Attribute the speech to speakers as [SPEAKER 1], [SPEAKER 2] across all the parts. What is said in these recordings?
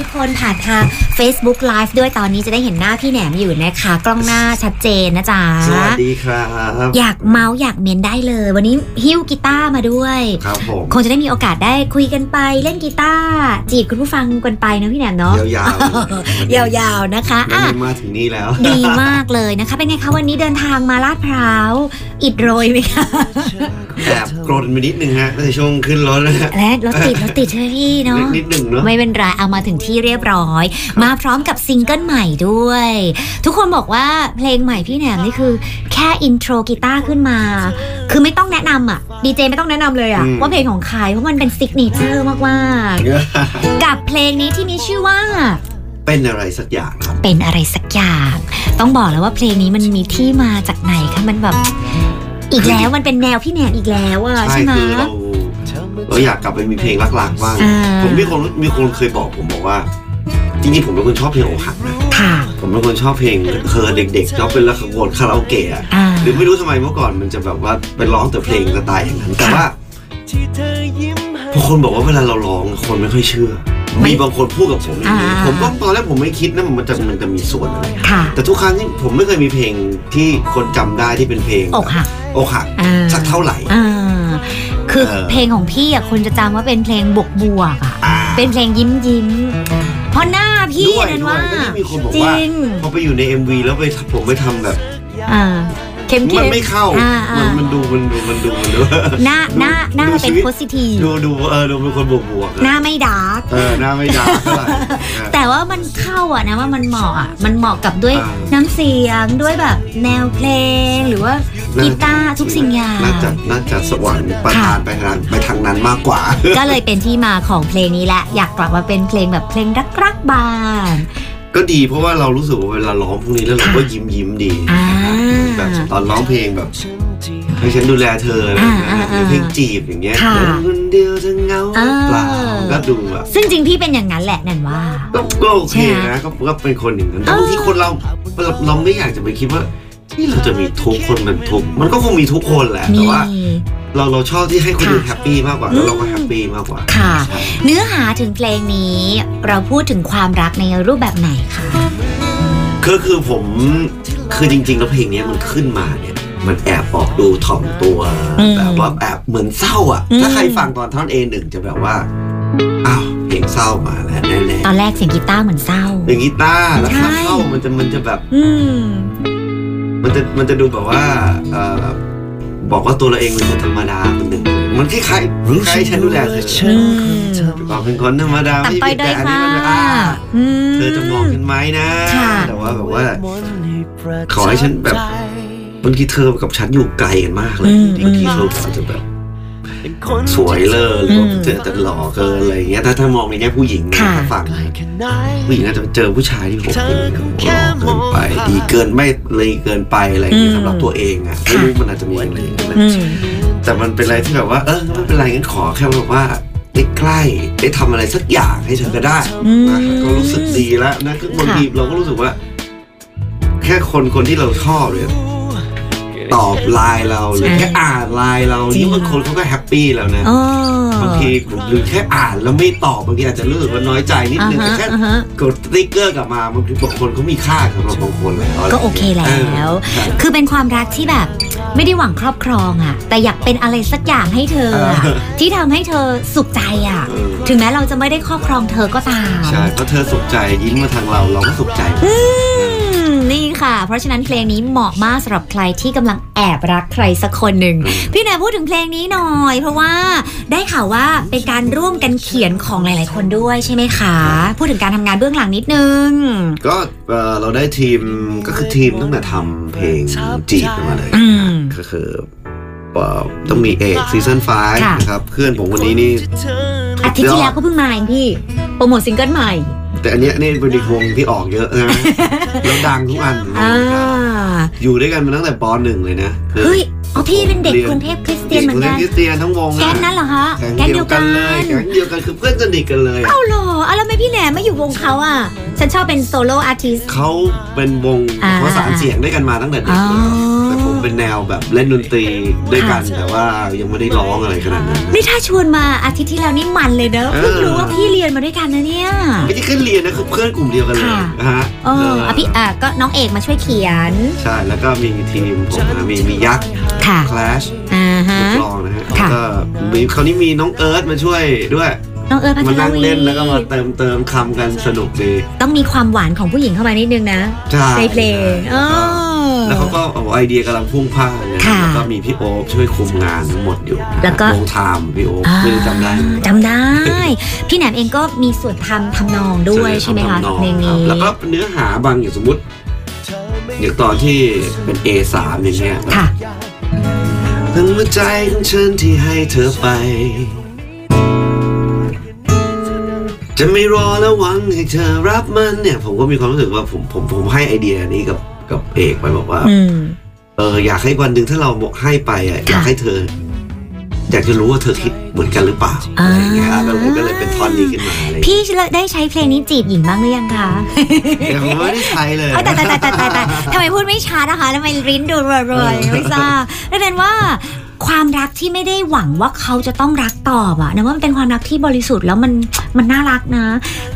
[SPEAKER 1] ทุกคนผ่านทาง Facebook Live ด้วยตอนนี้จะได้เห็นหน้าพี่แหนมอยู่นะคะ กล้องหน้าชัดเจนนะจ๊ะ
[SPEAKER 2] สวัสดีครับ
[SPEAKER 1] อยากเมาส์อยากเมนได้เลย วันนี้ฮิ้วกีตาร์มาด้วย
[SPEAKER 2] ครับผม
[SPEAKER 1] คงจะได้มีโอกาสได้คุยกันไปเล่นกีตาร์จีบคุณผู้ฟังกันไปนะพี่แหนมเนาะ
[SPEAKER 2] ยาวๆ
[SPEAKER 1] ยาวๆนะคะ
[SPEAKER 2] วัน
[SPEAKER 1] อ่ะ
[SPEAKER 2] นี้มาถึงนี่แล้ว
[SPEAKER 1] ดีมากเลยนะคะ เป็นไงคะวันนี้เดินทางมาลาดพร้าวอิดโรยไหมคะ
[SPEAKER 2] แอบกรนไปนิดนึงฮะในช่วงขึ้นรถนะฮะ
[SPEAKER 1] และรถติดรถติดใช่ไหมพี่เนาะ
[SPEAKER 2] นิดหนึ่งเนาะ
[SPEAKER 1] ไม่เป็นไรเอามาถึงที่เรียบร้อย มาพร้อมกับซิงเกิลใหม่ด้วย ทุกคนบอกว่าเพลงใหม่พี่แหนมนี่คือ แค่อินโทรกีตาร์ขึ้นมา คือไม่ต้องแนะนำอ่ะดีเจไม่ต้องแนะนำเลยอ่ะ
[SPEAKER 2] อืม
[SPEAKER 1] ว่าเพลงของใครเพราะมันเป็นซิกเนเจอร์มากๆ กับเพลงนี้ที่มีชื่อว่า
[SPEAKER 2] เป็นอะไรสักอย่างครับ
[SPEAKER 1] เป็นอะไรสักอย่าง ต้องบอกแล้วว่าเพลงนี้มันมีที่มาจากไหนคะมันแบบ อีกแล้วมันเป็นแนวพี่แหนมอีกแล้วอ่ะใช่ไหม
[SPEAKER 2] คือเราเราอยากกลับไปมีเพลงรักๆบ้าง
[SPEAKER 1] อ่า
[SPEAKER 2] ผมมีคนมีคนเคยบอกผมบอกว่าจริงๆผมเป็นคนชอบเพลงอกหักนะ
[SPEAKER 1] ค่ะ
[SPEAKER 2] ผมเป็นคนชอบเพลงเธอเด็กๆชอบเป็นละครวงคาราโอเกะอะ
[SPEAKER 1] อ่า
[SPEAKER 2] หรือไม่รู้ทำไมเมื่อก่อนมันจะแบบว่าไปร้องแต่เพลงสไตล์อย่างนั้น แต่ว่าพอคนบอกว่าเวลาเราร้องคนไม่ค่อยเชื่อ
[SPEAKER 1] ไม่
[SPEAKER 2] มีบางคนพูดกับผมอย่างนี้
[SPEAKER 1] อ่า
[SPEAKER 2] ผมก็ตอนแรกผมไม่คิดนะมันจะมันจะมีส่วนอะไร
[SPEAKER 1] ค่ะ
[SPEAKER 2] แต่ทุกครั้งที่ผมไม่เคยมีเพลงที่คนจำได้ที่เป็นเพลง
[SPEAKER 1] อกหัก
[SPEAKER 2] อกหัก
[SPEAKER 1] อ่า
[SPEAKER 2] สักเท่าไหร่
[SPEAKER 1] อ่าคือ
[SPEAKER 2] เออ
[SPEAKER 1] เพลงของพี่อ่ะคนจะจำว่าเป็นเพลงบวกบวกๆอ่ะ
[SPEAKER 2] อ่า
[SPEAKER 1] เป็นเพลงยิ้มยิ้มๆเพราะหน้าพี่
[SPEAKER 2] ด้วย
[SPEAKER 1] นั่น
[SPEAKER 2] ด้วย
[SPEAKER 1] ว่า
[SPEAKER 2] ก็ได้มีคนบอก
[SPEAKER 1] จ
[SPEAKER 2] ว่า
[SPEAKER 1] ริง
[SPEAKER 2] พอไปอยู่ใน MV แล้วไปผมไปทำแบบ
[SPEAKER 1] อ่าเข้มๆ
[SPEAKER 2] มันไม่เข้า
[SPEAKER 1] อ่าอ่ามั
[SPEAKER 2] มันมันดูมันดูมันดูมันดู
[SPEAKER 1] หน้าหน้าหน้า
[SPEAKER 2] ดู
[SPEAKER 1] เป็น
[SPEAKER 2] ชีวิต
[SPEAKER 1] โพสิทีฟ
[SPEAKER 2] ดูดูเออดูเป็นคนบวกบวกๆ
[SPEAKER 1] ห
[SPEAKER 2] อะ
[SPEAKER 1] น้าไม่ดาร์ก
[SPEAKER 2] เออหน้าไม่ดาเท่าไหร่เออ
[SPEAKER 1] แต่ว่ามันเข้าอ่ะนะว่ามันเหมาะอ่ะมันเหมาะกับด้วย
[SPEAKER 2] อ่า
[SPEAKER 1] น้ำเสียงด้วยแบบ แนวเพลงหรือ ว่ากีตาร์ทุกสิ่งอย่าง
[SPEAKER 2] น่าจะน่าจะสวรรค์ประทานไปทางนั้นไปทางนั้นมากกว่า
[SPEAKER 1] ก็เลยเป็นที่มาของเพลงนี้แหละ อยากกลับมาเป็นเพลงแบบเพลงรักๆบ้าง
[SPEAKER 2] ก็ดีเพราะว่าเรารู้สึกว่าเวลาร้องพวกนี้แล้วเราก็ยิ้มยิ้มๆดี
[SPEAKER 1] อ่า
[SPEAKER 2] แบบตอนร้องเพลงแบบให้ฉันดูแลเธออะไรอย่างเงี้ย
[SPEAKER 1] อ่าอ่าอ่า
[SPEAKER 2] หรือเพลงจีบอย่างเงี้ย
[SPEAKER 1] ค่ะ
[SPEAKER 2] เดินคนเดียวจะเหงาหรือเปล่า
[SPEAKER 1] อ่า
[SPEAKER 2] ก็ดูแบบ
[SPEAKER 1] ซึ่งจริงพี่เป็นอย่างนั้นแหละนันว่า
[SPEAKER 2] ก็ก็โอเค
[SPEAKER 1] ใช่ไหม
[SPEAKER 2] นะก็ก็เป็นคนอย่างนั้นแต่
[SPEAKER 1] เออ
[SPEAKER 2] บางทีคนเราเราเราไม่อยากจะไปคิดว่าที่เราจะมีทุกคนเป็นทุกมันก็คงมีทุกคนแหละ
[SPEAKER 1] มี
[SPEAKER 2] แต่ว่า เราเราชอบที่ให้คนอื่น
[SPEAKER 1] ค่ะ
[SPEAKER 2] แฮปปี้มากกว่า
[SPEAKER 1] อืม
[SPEAKER 2] แล้วเราก็แฮปปี้มากกว่า
[SPEAKER 1] ค่ะ
[SPEAKER 2] ใช่
[SPEAKER 1] เนื้อหาถึงเพลงนี้ เราพูดถึงความรักในรูปแบบไหนคะ
[SPEAKER 2] คือคือผมคือจริงๆแล้วเพลงเนี้ยมันขึ้นมาเนี่ยมันแอบออกดูถ่อมตัว
[SPEAKER 1] อืม
[SPEAKER 2] แบบว่าแอบเหมือนเศร้าอ่ะ
[SPEAKER 1] อืม
[SPEAKER 2] ถ้าใครฟังตอนท่อนเอหนึ่งจะแบบว่าอ้าวเพลงเศร้ามาแล้วแน่
[SPEAKER 1] ตอนแรกเสียงกีตาร์เหมือนเศร้า
[SPEAKER 2] ๆอย่างกีตาร์แล้วถ้า
[SPEAKER 1] ใช่
[SPEAKER 2] เศร้ามันจะมันจะแบบ
[SPEAKER 1] อืม
[SPEAKER 2] มันจะมันจะดูแบบว่าเอ่อบอกว่าตัวเราเองเป็นคนธรรมดาคนหนึ่งมันคล้ายๆคล้ายๆฉันดูแลเธอ
[SPEAKER 1] อืม
[SPEAKER 2] เราเป็นคนธรรมดา
[SPEAKER 1] ตับ
[SPEAKER 2] ไม่
[SPEAKER 1] ไปโดย
[SPEAKER 2] มีแต่อัน
[SPEAKER 1] ค่ะ
[SPEAKER 2] นี้มันอ่า
[SPEAKER 1] อืม
[SPEAKER 2] เธอจะมองฉันไหมนะ
[SPEAKER 1] ค่ะ
[SPEAKER 2] แต่ว่าแบบว่า ขอให้ฉันแบบ บางทีเธอกับฉันอยู่ไกลกันมากเลย
[SPEAKER 1] อืม
[SPEAKER 2] บางทีเธออาจจะแบบสวยเลยหรือว่า
[SPEAKER 1] อืม
[SPEAKER 2] เจอแต่หล่อเกินอะไรอย่างเงี้ยถ้าถ้ามองในแง่ผู้หญิงนะ
[SPEAKER 1] ค่ะ
[SPEAKER 2] ฝั่งผู้หญิงอาจจะเจอผู้ชายที่ผมหล่อเกินไป ดีเกินไม่เลยเกินไปอะไรอย่างเงี้ยสำหรับตัวเองอะไม่รู้มันอาจจะมีอะไรอย่างเงี้ยนะ
[SPEAKER 1] อืม
[SPEAKER 2] แต่มันเป็นอะไรที่แบบว่า เออไม่เป็นไรงั้นขอแค่แบบว่าได้ใกล้ๆได้ทำอะไรสักอย่างให้เธอก็ได้
[SPEAKER 1] อืม
[SPEAKER 2] นะก็รู้สึกดีแล้วนะคือบางทีเราก็รู้สึกว่า แค่คนคนที่เราชอบเนี่ยตอบไลน์เราหรือ
[SPEAKER 1] ใช่
[SPEAKER 2] แค่อ่านไลน์เรา
[SPEAKER 1] จริง
[SPEAKER 2] นี่บางคนเขาก็แฮปปี้แล้วนะ
[SPEAKER 1] เออบ
[SPEAKER 2] างทีหรือแค่อ่านแล้วไม่ตอบบางทีอาจจะรู้สึกว่าน้อยใจนิด
[SPEAKER 1] อ่า
[SPEAKER 2] นึง
[SPEAKER 1] ฮะ
[SPEAKER 2] แต่แค่
[SPEAKER 1] อ่าฮะ
[SPEAKER 2] กดสติ๊กเกอร์กลับมาบางทีบางคนเขามีค่าสำหรับบางคนแล้วะไร
[SPEAKER 1] ก็โอเคแล้ว
[SPEAKER 2] เออ
[SPEAKER 1] คือเป็นความรักที่แบบไม่ได้หวังครอบครองอะแต่อยากเป็นอะไรสักอย่างให้เธออะ
[SPEAKER 2] เออ
[SPEAKER 1] ที่ทำให้เธอสุขใจอะ
[SPEAKER 2] เออ
[SPEAKER 1] ถึงแม้เราจะไม่ได้ครอบครองเธอก็ตาม
[SPEAKER 2] ใช่เพราะเธอสุขใจยิ้มมาทางเราเราก็สุขใจ
[SPEAKER 1] อืมนี่ค่ะ เพราะฉะนั้นเพลงนี้เหมาะมากสำหรับใครที่กำลังแอบรักใครสักคนหนึ่ง พี่แหนมพูดถึงเพลงนี้หน่อย เพราะว่าได้ข่าวว่าเป็นการร่วมกันเขียนของหลาย ๆ คนด้วยใช่ไหมคะ พูดถึงการทำงานเบื้องหลังนิดนึง
[SPEAKER 2] ก็เอ่อเราได้ทีมก็คือทีมตั้งแต่ทำเพลงจีบกันมาเลย
[SPEAKER 1] อืม
[SPEAKER 2] ก็คือเอ่อต้องมีเอกซีซั่นไฟ
[SPEAKER 1] ค่ะ
[SPEAKER 2] นะครับเพื่อนผมคนนี้นี่
[SPEAKER 1] อาทิตย์ที่แล้วก็เพิ่งมาเองพี่โปรโมทซิงเกิลใหม่
[SPEAKER 2] แต่อันเนี้ยนี่เป็นอีกวงที่ออกเยอะ นะ แล้วดังทุกอัน
[SPEAKER 1] อ่า
[SPEAKER 2] อยู่ด้วยกันมาตั้งแต่ปหนึ่งเลยนะคือ
[SPEAKER 1] เฮ้ยอ๋อพี่เป็นเด็ก
[SPEAKER 2] เรียน
[SPEAKER 1] กรุงเทพคริสเตียนเหมือนกัน
[SPEAKER 2] คริสเตียนทั้งวง
[SPEAKER 1] แก๊งนั้นเหรอคะ
[SPEAKER 2] แก๊ง
[SPEAKER 1] แก๊ง
[SPEAKER 2] เดี
[SPEAKER 1] เดี
[SPEAKER 2] ย
[SPEAKER 1] ยว ว
[SPEAKER 2] กั
[SPEAKER 1] กัน น
[SPEAKER 2] เลยแก๊งเดียวกันคือเพื่อนสนิทกันเลยอะ
[SPEAKER 1] เอ้าเหรออ่ะแล้วทำไม่พี่แหนมไม่อยู่วงเขาอ่ะแส ฉันชอบเป็นโซโล่อาร์ติส
[SPEAKER 2] เขาเป็นวง
[SPEAKER 1] อ่า
[SPEAKER 2] ประสานเสียงด้วยกันมาตั้งแต่เด็กเลย
[SPEAKER 1] อ๋อ
[SPEAKER 2] แต่ผมเป็นแนวแบบเล่นดนตรีด้วยกันแต่ว่ายังไม่ได้ร้องอะไรขนาดนั้น
[SPEAKER 1] นี่ถ้าชวนมาอาทิตย์ที่แล้วนี่มันเลยเนอะ
[SPEAKER 2] เออ
[SPEAKER 1] เพิ่งรู้ว่าพี่เรียนมาด้วยกันนะเนี่ย
[SPEAKER 2] ไม่ได้ขึ้นเรียนนะคือเพื่อนกลุ่มเดียวกันเลย
[SPEAKER 1] ค่ะ
[SPEAKER 2] นะฮะ
[SPEAKER 1] เอออ่ะพี่อ่ะก็น้องเอกมาช่วยเขียน
[SPEAKER 2] ใช่แล้วก็มีทีมผมนะมีมียักษ์
[SPEAKER 1] ค่ะ
[SPEAKER 2] Clash
[SPEAKER 1] อ่าฮะ
[SPEAKER 2] นักร้องนะฮะ
[SPEAKER 1] ค่ะ
[SPEAKER 2] แล้วก็มีคราวนี้มีน้องเอิร์ธมาช่วยด้วย
[SPEAKER 1] น้องเอิร์ธพัท
[SPEAKER 2] มาร นั่ง
[SPEAKER 1] วี
[SPEAKER 2] เล่นแล้วก็มาเติมเติมคำกันสนุกดี
[SPEAKER 1] ต้องมีความหวานของผู้หญิงเข้ามานิดนึงนะ
[SPEAKER 2] ใช่
[SPEAKER 1] ในเพลง
[SPEAKER 2] ใช่
[SPEAKER 1] อ๋อ
[SPEAKER 2] แล้วเขาก็เอาไอเดียกำลังพุ่งพล่านเลย
[SPEAKER 1] ค่ะ
[SPEAKER 2] แล้วก็มีพี่โอ๊คช่วยคุมงานทั้งหมดอยู่นะฮะ
[SPEAKER 1] แล้วก็
[SPEAKER 2] วงไทามพี่โอ๊คไม่รู้จำได้ไหม
[SPEAKER 1] จำได้ พี่แหนมเองก็มีส่วนทำทำนองด้วยใช่ไหมคะ
[SPEAKER 2] ทำนอง
[SPEAKER 1] เพลงนี้
[SPEAKER 2] ครับแล้วก็เนื้อหาบางอย่างสมมติ อย่างตอนที่เป็น A3 อย่างเงี้ย
[SPEAKER 1] ค่ะ
[SPEAKER 2] ทั้งหัวใจของฉันที่ให้เธอไป จะไม่รอแล้วหวังให้เธอรับมันเนี่ย ผมก็มีความรู้สึกว่าผมผมผมให้ไอเดียนี้กับกับเอกไปบอกว่า
[SPEAKER 1] อืม
[SPEAKER 2] เอออยากให้วันหนึ่งถ้าเราให้ไปอ่ะอยากให้เธอ อยากจะรู้ว่าเธอคิดเหมือนกันหรือเปล่าอะไรอย่างเงี้ย
[SPEAKER 1] อ่า
[SPEAKER 2] ก็เลยก็เลยเป็นท่อนนี้ขึ้นมาอะไรอย่างเงี้ย
[SPEAKER 1] พี่ได้ใช้เพลงนี้จีบหญิงบ้างหรือยังคะ
[SPEAKER 2] แต่ผมไม่ได้ใช้เลย
[SPEAKER 1] เอ้ยแต่แต่แต่แต่แต่แต่ทำไมพูดไม่ชัดนะคะทำไมริ้นดูเรวยๆไม่ทราบนั่นเป็นว่า ความรักที่ไม่ได้หวังว่าเขาจะต้องรักตอบอะนะว่ามันเป็นความรักที่บริสุทธิ์แล้วมันมันน่ารักนะ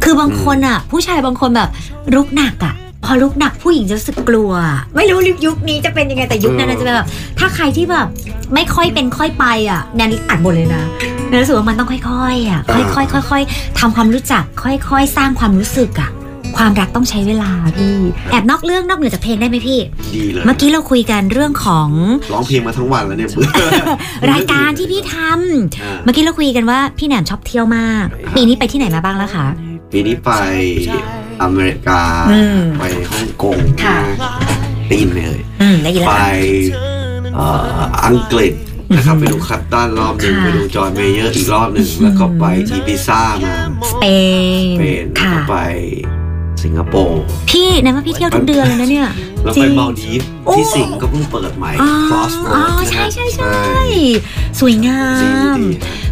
[SPEAKER 1] คือบางคนอะผู้ชายบางคนแบบรุกหนักอะพอลุกหนักผู้หญิงจะรู้สึกกลัว ไม่รู้ยุคนี้จะเป็นยังไงแต่ยุคนั้นอะจะเป็นแบบถ้าใครที่แบบไม่ค่อยเป็นค่อยไปอะแนวนี้อัดบทเลยนะแนวรู้สึกว่ามันต้องค่อยๆอะค่อยๆค่อยๆทำความรู้จัก ค่อย ๆ สร้างความรู้สึกอะความรักต้องใช้เวลาพี่แอบนอกเรื่องนอกเหนือจากเพลงได้ไหมพี่
[SPEAKER 2] ดีเลย
[SPEAKER 1] เมื่อกี้เราคุยกันเรื่องของ
[SPEAKER 2] ร้องเพลงมาทั้งวันแล้วเนี่ย
[SPEAKER 1] รายการที่พี่ทำ
[SPEAKER 2] อ่า
[SPEAKER 1] เมื่อกี้เราคุยกันว่าพี่แหนมชอบเที่ยวมาก ปีนี้ไปที่ไหนมาบ้างแล้วคะ
[SPEAKER 2] ปีนี้ไปอเมริกา
[SPEAKER 1] อืม
[SPEAKER 2] ไปฮ่องกง
[SPEAKER 1] ค่ะ
[SPEAKER 2] ได้ยินไหมเอ่ย
[SPEAKER 1] อืมได้ยินแล้ว
[SPEAKER 2] ไป
[SPEAKER 1] ค่ะ
[SPEAKER 2] เอ่ออังกฤษนะครับไปดูคัตตันรอบหนึ่ง
[SPEAKER 1] ค่ะ
[SPEAKER 2] ไปดูจอห์นเมเยอร์อีกรอบหนึ่งแล้วก็ไป
[SPEAKER 1] อืม
[SPEAKER 2] อีบิซ่ามา
[SPEAKER 1] สเปน
[SPEAKER 2] เป็นแล้ว
[SPEAKER 1] ค่ะ
[SPEAKER 2] ก็ไปสิงคโปร์
[SPEAKER 1] พี่แหนมว่าพี่เที่ยวทุกเดือนเลยนะเนี่ย
[SPEAKER 2] แล้ว
[SPEAKER 1] จริ
[SPEAKER 2] ไป
[SPEAKER 1] ง
[SPEAKER 2] มาลดีฟส์
[SPEAKER 1] โอ้
[SPEAKER 2] ที่สิงห์ก็เพิ่งเปิดใหม่
[SPEAKER 1] อ๋อ
[SPEAKER 2] Cross
[SPEAKER 1] อ๋อ
[SPEAKER 2] Road
[SPEAKER 1] ใช่ใช่ใช่
[SPEAKER 2] ใช่
[SPEAKER 1] สวยงา
[SPEAKER 2] ดี
[SPEAKER 1] ม
[SPEAKER 2] ดี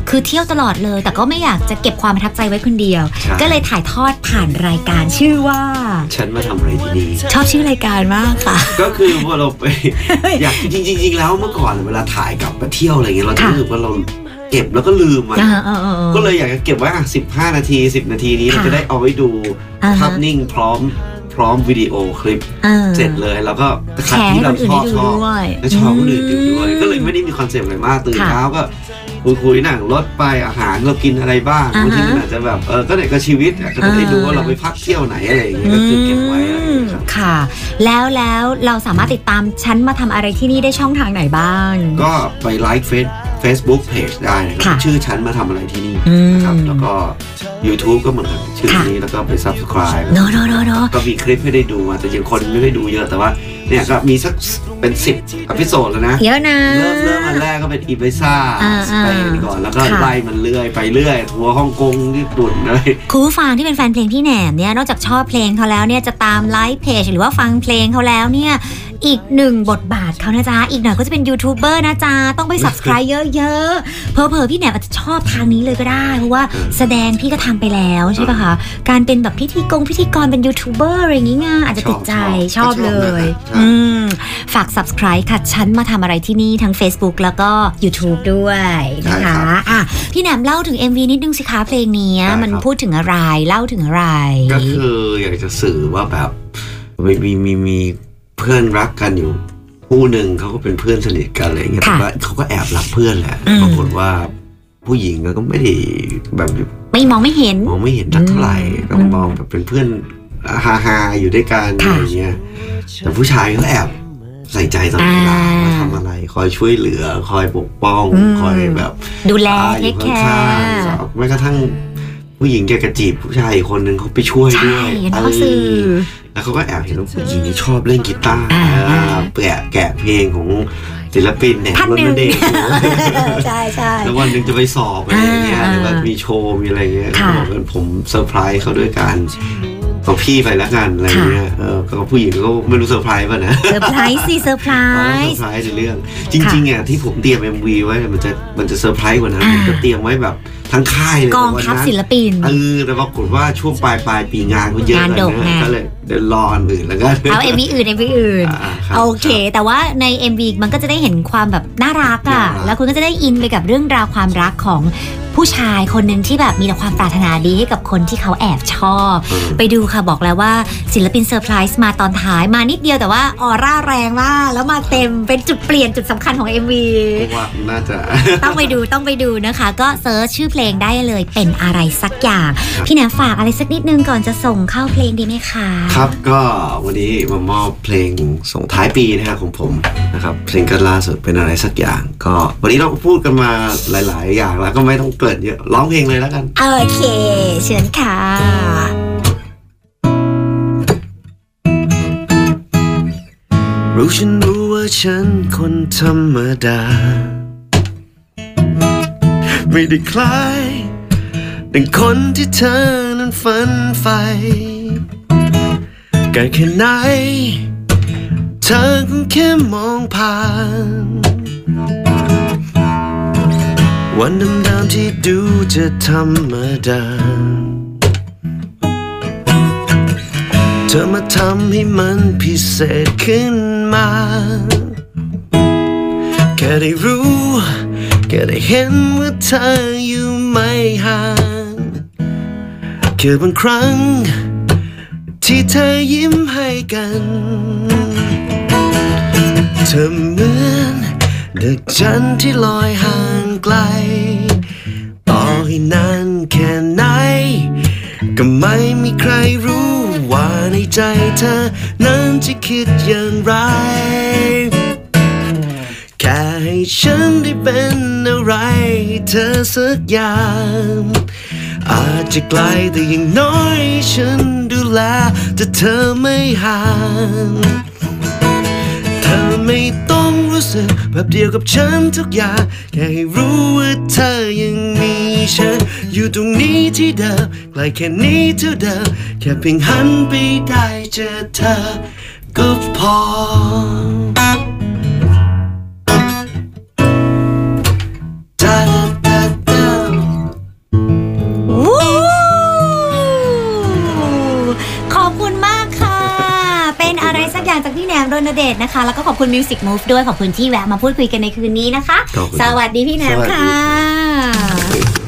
[SPEAKER 1] คือเที่ยวตลอดเลย แต่ก็ไม่อยากจะเก็บความประทับใจไว้คนเดียว
[SPEAKER 2] ใช่
[SPEAKER 1] ก็เลยถ่ายทอดผ่านรายการชื่อว่า
[SPEAKER 2] ฉันมาทำอะไรที่นี่
[SPEAKER 1] ชอบชื่อรายการมากค่ะ
[SPEAKER 2] ก็คือพอเราไป อยากจริงๆจริงๆแล้วเมื่อก่อนเวลาถ่ายกลับมาเที่ยวอะไรเงี้ยเราจะ
[SPEAKER 1] ค่ะ
[SPEAKER 2] รู้สึกว่าเราเก็บแล้วก็ลืมมัน
[SPEAKER 1] อ่าอ่าอ่าอ่า
[SPEAKER 2] ก็เลยอยากจะเก็บไว้อ่ะ15 นาที 10 นาทีนี้เรา
[SPEAKER 1] ค่ะ
[SPEAKER 2] จะได้เอาไว้ดู
[SPEAKER 1] อ่าฮะ
[SPEAKER 2] ภาพนิ่งพร้อมพร้อมวิดีโอคลิป
[SPEAKER 1] อ่า
[SPEAKER 2] เสร็จเลยแล้วก็
[SPEAKER 1] แช
[SPEAKER 2] คัด
[SPEAKER 1] ร์ให้ค
[SPEAKER 2] ที่เรา
[SPEAKER 1] นอื่
[SPEAKER 2] ช
[SPEAKER 1] น
[SPEAKER 2] อ
[SPEAKER 1] ได้
[SPEAKER 2] บ
[SPEAKER 1] ดู
[SPEAKER 2] ชอบ
[SPEAKER 1] ด้วย
[SPEAKER 2] แล้วชอบคนอื่นดูด้วย
[SPEAKER 1] อืม
[SPEAKER 2] ก็เลยไม่ได้มีคอนเซปต์อะไรมากตื่น
[SPEAKER 1] ค่ะ
[SPEAKER 2] เช้าก็คุยคุยๆนั่งรถไปอาหารเรากินอะไรบ้าง
[SPEAKER 1] อ่าฮะ
[SPEAKER 2] บางทีมันอาจจะแบบเออก็ไหนก็ชีวิตอ่ะก็จะได้
[SPEAKER 1] อ่า
[SPEAKER 2] ดูว่าเราไปพักเที่ยวไหนอะไรอย่างเงี้ยก็คือเก็บไว้อะไรอย่างเงี้ยครับ
[SPEAKER 1] ค่ะ แล้วแล้วเราสามารถติดตามฉันมาทำอะไรที่นี่ได้ช่องทางไหนบ้าง
[SPEAKER 2] ก็ไปไลค์เฟซ Facebook Page ได้นะครับ
[SPEAKER 1] ค่ะ
[SPEAKER 2] ชื่อฉันมาทำอะไรที่นี่
[SPEAKER 1] อืม
[SPEAKER 2] นะครับ แล้วก็ YouTube ก็เหมือนกันชื่อ
[SPEAKER 1] ค่ะ
[SPEAKER 2] นี้แล้วก็ไป Subscribe
[SPEAKER 1] เนอะเนอะเนอะเนอะ
[SPEAKER 2] ก็มีคลิปให้ได้ดูมาแต่ยังคนไม่ได้ดูเยอะแต่ว่า เนี่ยก็มีสักเป็น 10อพิโซดแล้วนะ
[SPEAKER 1] เยอะนะ
[SPEAKER 2] เริ่มเริ่มอันแรกก็เป็นอีเบซ่า
[SPEAKER 1] อ่า
[SPEAKER 2] สเปนก่อน แล้วก็
[SPEAKER 1] ค่ะ
[SPEAKER 2] ไล่มันเรื่อยไปเรื่อย ทัวร์ฮ่องกงญี่ปุ่นอะไร
[SPEAKER 1] คุณผู้ฟังที่เป็นแฟนเพลงพี่แหนมเนี่ยนอกจากชอบเพลงเขาแล้วเนี่ยจะตามไลฟ์เพจหรือว่าฟังเพลงเขาแล้วเนี่ยอีกหนึ่งบทบาทเขานะจ๊ะ อีกหน่อยก็จะเป็นยูทูบเบอร์นะจ๊ะ ต้องไป subscribe เยอะๆเพอเพอๆพี่แหนมอาจจะชอบทางนี้เลยก็ได้ เพราะว่าแสดงพี่ก็ทำไปแล้วใช่ปะคะการเป็นแบบพิธีกรพิธีกรเป็นยูทูบเบอร์อะไรอย่างงี้ไงอาจจะติดใจช
[SPEAKER 2] ช
[SPEAKER 1] อ
[SPEAKER 2] อ
[SPEAKER 1] บบ เล
[SPEAKER 2] ชอบ
[SPEAKER 1] ย
[SPEAKER 2] ชอบ
[SPEAKER 1] อืมฝาก subscribe ค่ะฉันมาทำอะไรที่นี่ทั้ง Facebook แล้วก็ YouTube ด้วยนะ
[SPEAKER 2] ใช่ครั
[SPEAKER 1] คะ
[SPEAKER 2] บ
[SPEAKER 1] อ่ะพี่แหนมเล่าถึง MV นิดนึงสิคะเพลงเนี้ย
[SPEAKER 2] ได้ครับ
[SPEAKER 1] มันพูดถึงอะไรเล่าถึงอะไร
[SPEAKER 2] ก็คืออยากจะสื่อว่าแบบมีมีมีมีเพื่อนรักกันอยู่คู่หนึ่งเขาก็เป็นเพื่อนสนิทกันอะไรอย่างเงี้ย
[SPEAKER 1] ค่ะ
[SPEAKER 2] แต่ว่าเขาก็แอบรักเพื่อนแหละ
[SPEAKER 1] อืม
[SPEAKER 2] ปรากฏว่าผู้หญิงก็ไม่ได้แบบ
[SPEAKER 1] ไม่มองไม่เห็น
[SPEAKER 2] มองไม่เห็นสักเท่าไหร่ก็
[SPEAKER 1] อืม
[SPEAKER 2] มองแบบเป็นเพื่อนฮาฮาๆอยู่ด้วยกันอะ
[SPEAKER 1] ค่ะ
[SPEAKER 2] ไรเงี้ยแต่ผู้ชายก็แอบใส่ใจตลอดเวลา
[SPEAKER 1] อ่า
[SPEAKER 2] ว่าทำอะไร คอยช่วยเหลือ คอยปกป้อง
[SPEAKER 1] อืม
[SPEAKER 2] คอยแบบ
[SPEAKER 1] ดูแล
[SPEAKER 2] อ่า
[SPEAKER 1] เท
[SPEAKER 2] อยู่
[SPEAKER 1] คแคร
[SPEAKER 2] ข้าง
[SPEAKER 1] ์
[SPEAKER 2] ๆแม้กระทั่งผู้หญิงแกกระจีบผู้ชายอีกคนนึงเขาไปช่วยด้
[SPEAKER 1] ใช่
[SPEAKER 2] วย
[SPEAKER 1] เห็นเขาสื่อ
[SPEAKER 2] เออ แล้วเขาก็แอบเห็นว่าผู้หญิงนี่ชอบเล่นกีตาร์
[SPEAKER 1] อ่า
[SPEAKER 2] อ่าแกะแกะเพลงของศิลปินเนี่ย
[SPEAKER 1] ท่านหนึ่ง
[SPEAKER 2] เดชน์
[SPEAKER 1] ใช่ใช่
[SPEAKER 2] แล้ววันหนึ่งจะไปสอบอะไรอย่างเงี้ย
[SPEAKER 1] อ่า
[SPEAKER 2] หรือว่ามีโชว์มีอะไรเงี้ย
[SPEAKER 1] ค่ะ
[SPEAKER 2] บอกกันผมเซอร์ไพรส์เขาด้วยการเอาพี่ไปละกันอะไรเงี้ยเออก็ผู้หญิงก็ไม่รู้เซอร์ไพรส์ป่ะนะ
[SPEAKER 1] เซอร์ไพรส์สิเซอร์ไพร
[SPEAKER 2] เออ
[SPEAKER 1] ส์
[SPEAKER 2] เซอร์ไพรส์ในเรื่อง จริงๆอ่ะที่ผมเตรียม MV ไว้เนี่ยมันจะมันจะเซอร์ไพรส์กว่านั้น
[SPEAKER 1] อ่า
[SPEAKER 2] ผมจะเตรียมไว้แบบ
[SPEAKER 3] ทั้งค่ายเลย
[SPEAKER 1] กองทัพศิลปิน
[SPEAKER 3] เออแต่ปรากฏว่าช่วงปลายปลายปีงานก็เยอะ
[SPEAKER 1] งาน
[SPEAKER 3] เลย
[SPEAKER 1] ดกไง
[SPEAKER 3] นะก็เลยเดี๋ยวรออันอื่นแล้วกัน
[SPEAKER 1] เอาเอ็มวีอื่นเอ็มวีอื่น
[SPEAKER 3] อ่ารับ
[SPEAKER 1] โอเค
[SPEAKER 3] รับ
[SPEAKER 1] แต่ว่าใน MV มันก็จะได้เห็นความแบบน่ารักอะ
[SPEAKER 3] น่ารัก
[SPEAKER 1] แล้วคุณก็จะได้อินไปกับเรื่องราวความรักของผู้ชายคนหนึ่งที่แบบมีแต่ความปรารถนาดีให้กับคนที่เขาแอบชอบ
[SPEAKER 3] เออ
[SPEAKER 1] ไปดูค่ะบอกแล้วว่าศิลปินเซอร์ไพรส์มาตอนท้ายมานิดเดียวแต่ว่าออร่าแรงมากแล้วมาเต็มเป็นจุดเปลี่ยนจุดสำคัญของ MV
[SPEAKER 3] เพราะว่าน่าจะ
[SPEAKER 1] ต้องไปดูต้องไปดูนะคะ ก็เซิร์ชชื่อเพลงได้เลยเป็นอะไรสักอย่าง พี่แหนมฝากอะไรสักนิดนึงก่อนจะส่งเข้าเพลงดีไหมคะ
[SPEAKER 3] ครับก็วันนี้มามอบเพลงส่งท้ายปีนะฮะของผมนะครับเพลงกันล่าสุดเป็นอะไรสักอย่าง ก็วันนี้เราก็พูดกันมาหลาย ๆ อย่างแล้วก็ไม่ต้องเกริดเยอะร้องเพลงเลยแล้วกัน
[SPEAKER 1] โอเค เชิญค่ะ
[SPEAKER 3] รู้ฉันรู้ว่าฉันคนธรรมดา ไม่ได้คล้าย ดังคนที่เธอนั้นฝันใฝ่ไกลแค่ไหน เธอคงแค่มองผ่าน วันดำๆที่ดูจะธรรมดา เธอมาทำให้มันพิเศษขึ้นมา แค่ได้รู้ แค่ได้เห็นว่าเธออยู่ไม่ห่างแคือบางครั้ง ที่เธอยิ้มให้กัน เธอเหมือนดอกจันทร์ที่ลอยห่างไกล ต่อให้นานแค่ไหน ก็ไม่มีใครรู้ว่าในใจเธอ นั้นจะคิดอย่างไร แค่ให้ฉันได้เป็นอะไรให้เธอสักอย่าง อาจจะไกลแต่อยังน้อยฉันดูแลแต่เธอไม่ห่าง เธอไม่ต้องรู้สึกแบบเดียวกับฉันทุกอย่าง แค่ให้รู้ว่าเธอยังมีฉัน อยู่ตรงนี้ที่เดิมไกลแค่นี้เท่าเดิมแค่เพียงหันไปได้เจอเธอ ก็พอ
[SPEAKER 1] วู้ขอบคุณมากค่ะ เป็นอะไรสักอย่างจากพี่แหนมรณเดชนะคะ แล้วก็ขอบคุณ Music Move ด้วย ขอบคุณที่แวะมาพูดคุยกันในคืนนี้นะคะ
[SPEAKER 3] ขอบคุณ
[SPEAKER 1] สวัสดีพี่แหนมค่ะ
[SPEAKER 3] สวัสดี